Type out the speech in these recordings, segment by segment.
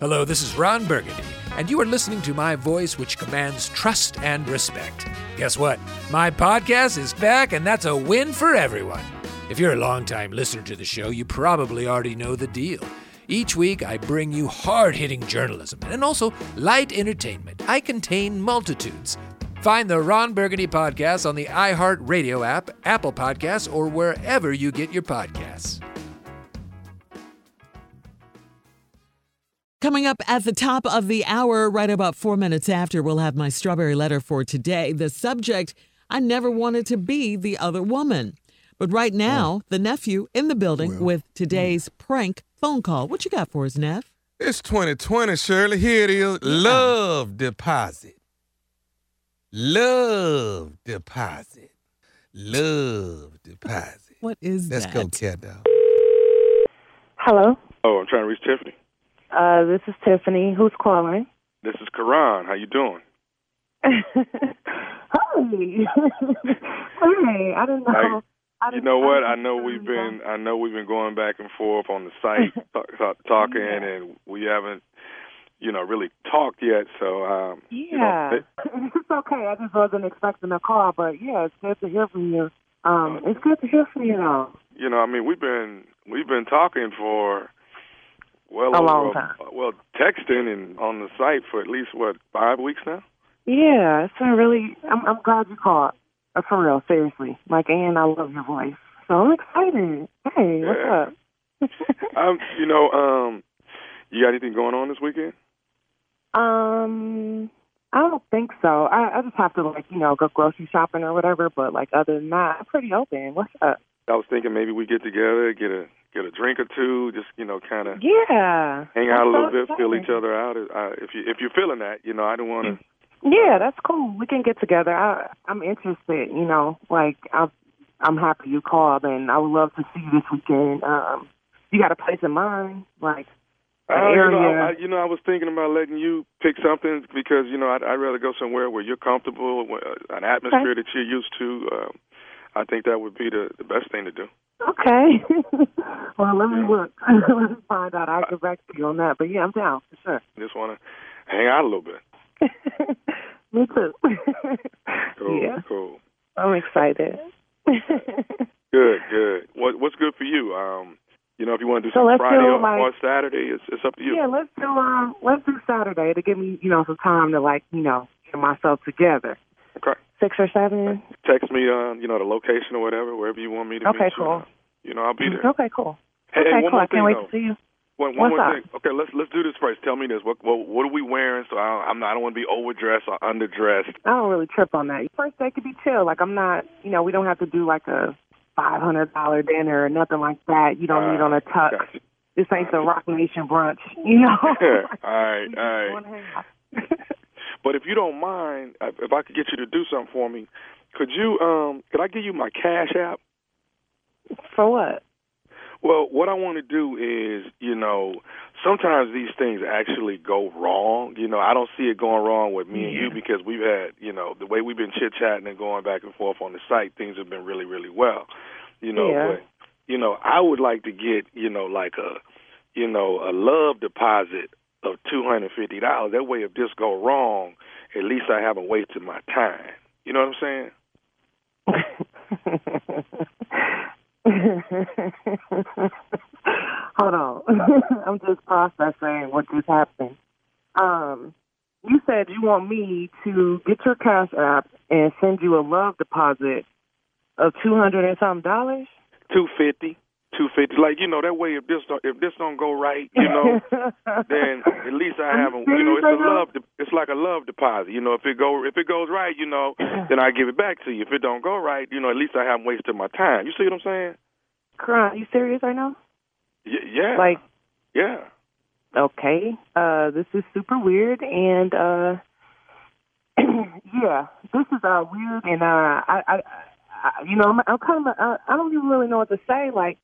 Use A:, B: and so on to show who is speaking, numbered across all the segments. A: Hello, this is Ron Burgundy, and you are listening to my voice, which commands trust and respect. Guess what? My podcast is back, and that's a win for everyone. If you're a longtime listener to the show, you probably already know the deal. Each week, I bring you hard hitting journalism and also light entertainment. I contain multitudes. Find the Ron Burgundy podcast on the iHeartRadio app, Apple Podcasts, or wherever you get your podcasts.
B: Coming up at the top of the hour, right about four minutes after, we'll have my strawberry letter for today. The subject I never wanted to be the other woman. But right
C: Oh.
B: now, the nephew in the building with
C: hmm.
B: today's prank phone call. What you got for us, Neff?
C: It's 2020, Shirley. Here it is. Love deposit. Love deposit. Love deposit.
B: What is
C: Let's
B: that?
C: go, cat dog.
D: Hello,
E: Oh, I'm trying to reach Tiffany.
D: uh, this is Tiffany. Who's calling?
E: This is Karan. How you doing?
D: Hi. Hi. I don't know.
E: Like,
D: I
E: You
D: didn't-
E: know what? I
D: didn't
E: know we've been I know we've been going back and forth on the site talk, talk, talking, and we haven't you know really talked yet. So um, you know,
D: Yeah,
E: th-
D: it's okay. I just wasn't expecting a call, but yeah, it's good to hear from you. Um,
E: Uh,
D: it's good to hear from you. Though.
E: you know, I mean, we've been we've been talking for well
D: A
E: over
D: long time.
E: well texting and on the site for at least what five weeks now.
D: Yeah, it's been really. I'm, I'm glad you called. Uh, for real, seriously. Like, and I love your voice. So I'm excited. Hey,
E: Yeah.
D: what's up?
E: Um, you know, um, you got anything going on this weekend?
D: Um, I don't think so. I, I just have to like you know go grocery shopping or whatever. But like other than that, I'm pretty open. What's up?
E: I was thinking maybe we get together, get a get a drink or two, just you know, kind of
D: Yeah.
E: hang out a little
D: That's
E: bit,
D: so
E: feel
D: exciting.
E: each other out. Uh, if you if you're feeling that, you know, I don't want to.
D: Yeah, that's cool. We can get together. I, I'm interested. You know, like I'm, I'm happy you called, and I would love to see you this weekend. Um, you got a place in mind? Like an
E: Uh, you,
D: area?
E: know, I, I- you know, I was thinking about letting you pick something because you know I'd, I'd rather go somewhere where you're comfortable, where, uh, an atmosphere that you're used to. Um, I think that would be the the best thing to do.
D: okay. well, let me
E: Yeah.
D: look. let me find out. I'll get back to you on that. But yeah, I'm down for sure.
E: Just want to hang out a little bit.
D: me too.
E: Cool,
D: Yeah.
E: cool.
D: I'm excited.
E: Good, good. What what's good for you? Um, you know, if you want to do
D: So
E: some
D: let's
E: Friday
D: do,
E: or,
D: like-
E: or Saturday, it's it's up to you.
D: yeah, let's do um let's do Saturday to give me, you know, some time to like, you know, get myself together.
E: Okay.
D: Six or seven?
E: Text me, um, you know, the location or whatever, wherever you want me to
D: Okay,
E: meet you.
D: cool.
E: You know, I'll be there.
D: Okay, cool.
E: Hey,
D: okay,
E: hey, one
D: cool.
E: more
D: I
E: thing,
D: can't wait
E: though.
D: to see you.
E: One, one
D: What's
E: more
D: up?
E: thing. Okay, let's let's do this first. Tell me this. What what, what are we wearing? So I, I'm not, I don't want to be overdressed or underdressed.
D: I don't really trip on that. First day could be chill. Like I'm not you know, we don't have to do like a five hundred dollar dinner or nothing like that. You don't need
E: Uh,
D: on a tux.
E: Gotcha.
D: This ain't the Rock Nation brunch, you know.
E: all right, all right. But if you don't mind, if if I could get you to do something for me, could you? Um, could I give you my Cash App?
D: For what?
E: Well, what I want to do is, you know, sometimes these things actually go wrong. You know, I don't see it going wrong with me and you because we've had, you know, the way we've been chit chatting and going back and forth on the site, things have been really, really well. You know,
D: Yeah.
E: but you know, I would like to get, you know, like a, you know, a love deposit of two hundred fifty dollars. That way, if this go wrong, at least I haven't wasted my time. You know what I'm saying?
D: Hold on. I'm just processing what just happened. Um, you said you want me to get your cash app and send you a love deposit of two hundred and something dollars?
E: Two fifty. Two fifty. Like you know, that way, if this don't, if this don't go right, you know. then at least I
D: Are you
E: haven't. You know,
D: serious right
E: it's a
D: now?
E: love. de- It's like a love deposit. You know, if it go if it goes right, you know, then I give it back to you. If it don't go right, you know, at least I haven't wasted my time. You see what I'm saying?
D: Karan, you serious right now?
E: Y- yeah.
D: Like
E: yeah.
D: okay, uh, this is super weird, and uh, yeah, this is uh, weird, and uh, I, I, I, you know, I'm, I'm kind of, uh, I don't even really know what to say, like,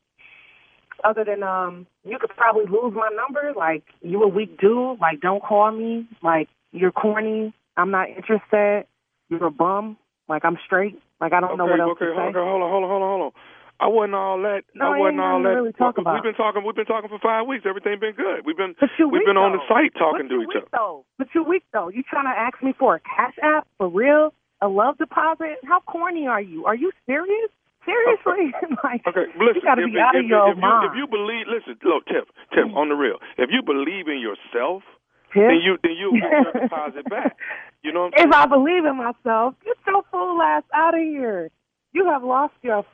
D: other than um, you could probably lose my number, like, you a weak dude, like, don't call me, like, you're corny, I'm not interested, you're a bum, like, I'm straight, like, I don't
E: Okay.
D: know what else
E: okay.
D: to
E: Hold,
D: say.
E: okay. Hold on. Hold on. Hold on. Hold on. I wasn't all that.
D: No,
E: I
D: ain't
E: wasn't
D: nothing
E: all
D: to
E: that.
D: really talk
E: we-
D: about.
E: We've been talking. We've been talking for five weeks. Everything been good. We've been.
D: But you
E: we've
D: weak,
E: been on the
D: though.
E: site talking
D: but you
E: to each
D: weak,
E: other.
D: Though. But you're weak though. You trying to ask me for a cash app for real? A love deposit? How corny are you? Are you serious? Seriously? like
E: Okay,
D: you
E: listen.
D: gotta
E: if,
D: be out of
E: if,
D: your
E: if, you,
D: mind. Mm.
E: if you believe, listen, look, Tip, Tip, on the real. If you believe in yourself,
D: Tip?
E: then you then you get your deposit back. You know what
D: if
E: I'm
D: I believe in myself, get your fool ass out of here. You have lost your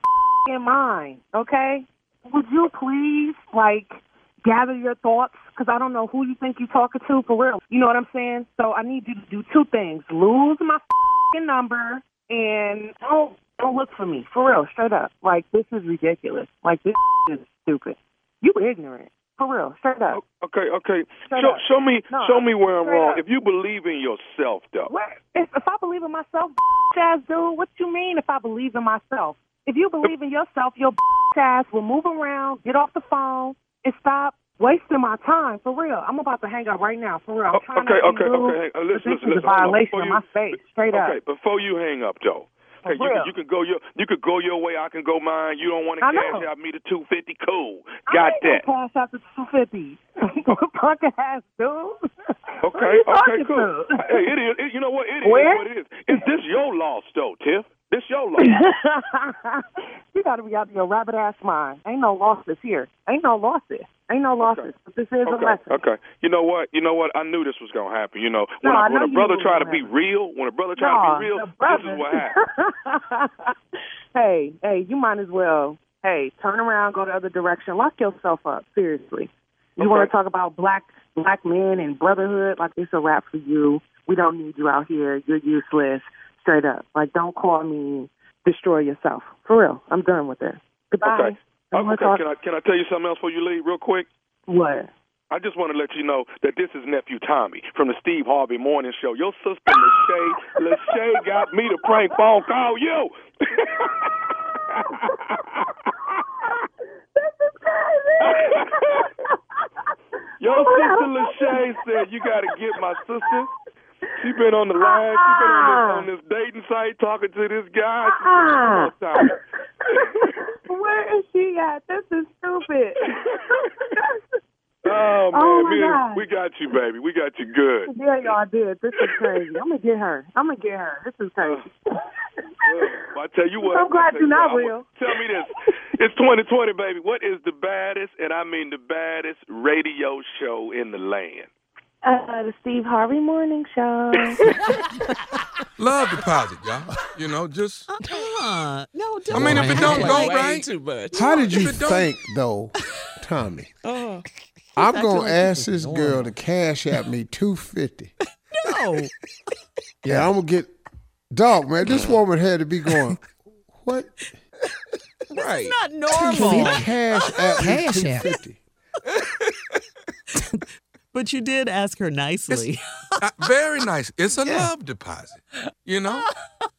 D: fing mind, okay? Would you please, like, gather your thoughts? Because I don't know who you think you're talking to for real. You know what I'm saying? So I need you to do two things lose my fing number and don't, don't look for me, for real, straight up. Like, this is ridiculous. Like, this is stupid. You ignorant, for real, straight up.
E: saying? Oh, Okay, okay.
D: Straight
E: show,
D: up.
E: show me
D: No,
E: show me where I'm
D: straight
E: wrong.
D: up.
E: If you believe in yourself, though.
D: What? If, if I believe in myself, ass dude, what you mean if I believe in myself? If you believe in yourself, your ass will move around, get off the phone, and stop wasting my time. For real, I'm about to hang up right now. For real, I'm
E: Oh,
D: trying
E: okay,
D: to
E: okay,
D: be rude,
E: okay. Hey, uh,
D: but
E: listen,
D: this is a
E: listen, listen, hold on.
D: violation
E: Before
D: of
E: you-
D: my space, straight up.
E: Okay, before you hang up though.
D: For
E: Okay,
D: real.
E: you can, you can go your you could go your way. I can go mine. You don't want
D: I
E: to cash
D: know.
E: out me to two fifty. Cool,
D: I
E: got that.
D: ain't gonna Pass out the 250. Punk ass dude. Who you
E: Okay, okay,
D: talking
E: cool.
D: to?
E: Hey, it is. It, you know what? It is
D: Where?
E: what it is. Is this your loss though, Tiff? This your loss.
D: you got to be out of your rabbit ass mind. Ain't no losses here. Ain't no losses. Ain't no losses.
E: Okay.
D: But this is a
E: okay,
D: lesson.
E: okay. You know what? You know what? I knew this was gonna happen. You know,
D: No,
E: when,
D: I
E: when
D: know
E: a
D: you
E: brother
D: knew it
E: try
D: was
E: to
D: gonna
E: be
D: happen.
E: real, when a brother try
D: Nah,
E: to be real,
D: the
E: this is what happens.
D: hey, hey, you might as well. Hey, turn around, go the other direction, lock yourself up. Seriously, you
E: Okay.
D: want to talk about black black men and brotherhood? Like it's a wrap for you. We don't need you out here. You're useless. Straight up, like don't call me. Destroy yourself for real. I'm done with this. Goodbye.
E: Okay.
D: I don't wanna
E: okay,
D: talk-
E: can I can I tell you something else before you leave, real quick?
D: What?
E: I just want to let you know that this is nephew Tommy from the Steve Harvey Morning Show. Your sister Lachey, Lachey got me to prank phone call you.
D: This is crazy.
E: Your sister Lachey said you got to get my sister. She been on the line. She been
D: Uh-uh.
E: on this, on this dating site talking to this guy. She said, "Come on,
D: Uh-uh.
E: Tommy."
D: Where is she at? This is stupid.
E: Oh man,
D: Oh, my
E: man,
D: God.
E: we got you, baby. We got you good.
D: yeah, y'all did. This is crazy. I'm gonna get her. I'm gonna get her. This is crazy.
E: Well, I tell you what.
D: I'm
E: I
D: glad
E: tell
D: you're not
E: what, I
D: real.
E: want- Tell me this. It's 2020, baby. What is the baddest, and I mean the baddest, radio show in the land?
D: Uh, the Steve Harvey Morning Show.
C: Love deposit, y'all. You know, just
B: Uh, no,
C: I
B: don't
C: mean, if it don't
B: worry.
C: go
F: Way
C: right,
F: too much.
G: How did you
C: If it don't-
G: think, though, Tommy?
B: Oh,
G: I'm
B: acting
G: gonna
B: like
G: ask
B: this is
G: this girl to cash at me two fifty.
B: no.
G: Yeah, I'm gonna get dog man. This woman had to be going. What?
F: Right.
B: Not
G: Can you
B: normal.
G: cash at me
H: Cash
G: two
H: app.
G: fifty?
B: but you did ask her nicely.
C: uh, very nice. It's a love deposit. You know,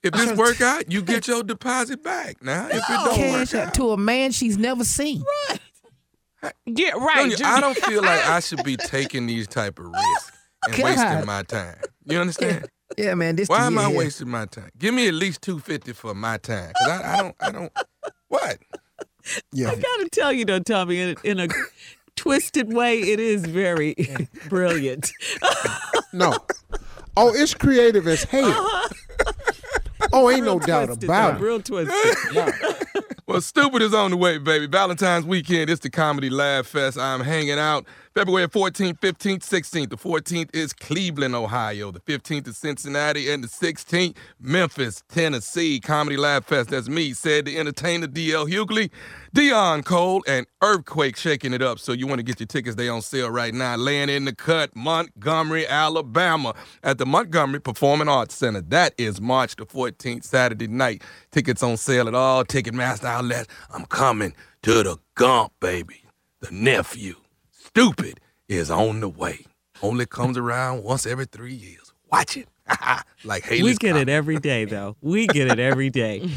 C: if this work out, you get your deposit back. Now, if it don't
H: Cash
C: work
H: app
C: out,
H: to a man she's never seen.
F: Yeah,
C: don't
F: right.
C: you-
F: Just-
C: I don't feel like I should be taking these type of risks and wasting
H: God.
C: my time. You understand?
H: Yeah, man. This
C: Why
H: the
C: am I
H: year.
C: wasting my time? Give me at least two fifty for my time, cause I, I don't, I don't. What?
G: Yeah.
B: I gotta tell you though, Tommy, in, in a twisted way, it is very brilliant.
G: No. Oh, it's creative as hell. Oh, ain't no doubt
B: Twisted,
G: about
B: though,
G: it.
B: Real twisted.
C: Well, stupid is on the way, baby. Valentine's weekend, it's the Comedy Live Fest. I'm hanging out February 14th, 15th, 16th. The 14th is Cleveland, Ohio. The 15th is Cincinnati, and the 16th, Memphis, Tennessee. Comedy Live Fest. That's me, said the entertainer DL Hughley, Dion Cole, and Earthquake shaking it up. So you want to get your tickets? They on sale right now. Laying in the cut, Montgomery, Alabama, at the Montgomery Performing Arts Center. That is March the 14th, Saturday night. Tickets on sale at all Ticketmaster outlets. I'm coming to the Gump, baby. The nephew, stupid, is on the way. Only comes around once every three years. Watch it. like Haley's
B: we get
C: Comet.
B: it every day though. We get it every day.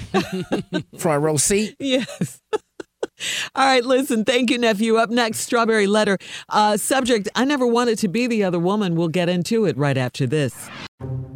H: front row seat.
B: Yes. All right, listen, thank you, nephew. Up next, Strawberry Letter. Uh, subject I never wanted to be the other woman. We'll get into it right after this.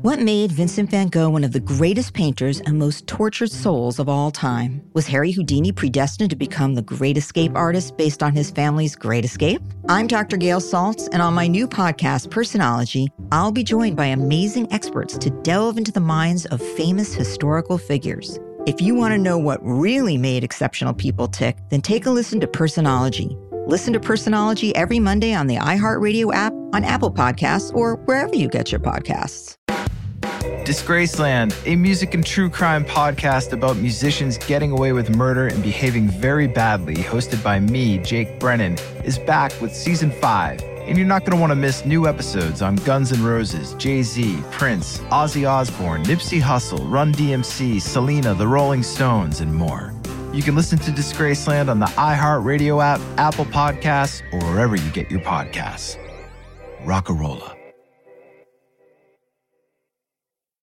I: What made Vincent van Gogh one of the greatest painters and most tortured souls of all time? Was Harry Houdini predestined to become the great escape artist based on his family's great escape? I'm Dr. Gail Saltz, and on my new podcast, Personology, I'll be joined by amazing experts to delve into the minds of famous historical figures. If you want to know what really made exceptional people tick, then take a listen to Personology. Listen to Personology every Monday on the iHeartRadio app, on Apple Podcasts, or wherever you get your podcasts.
J: Disgraceland, a music and true crime podcast about musicians getting away with murder and behaving very badly, hosted by me, Jake Brennan, is back with season five. And you're not going to want to miss new episodes on Guns N' Roses, Jay Z, Prince, Ozzy Osbourne, Nipsey Hussle, Run DMC, Selena, The Rolling Stones, and more. You can listen to Disgraceland on the iHeartRadio app, Apple Podcasts, or wherever you get your podcasts. Rock a rolla.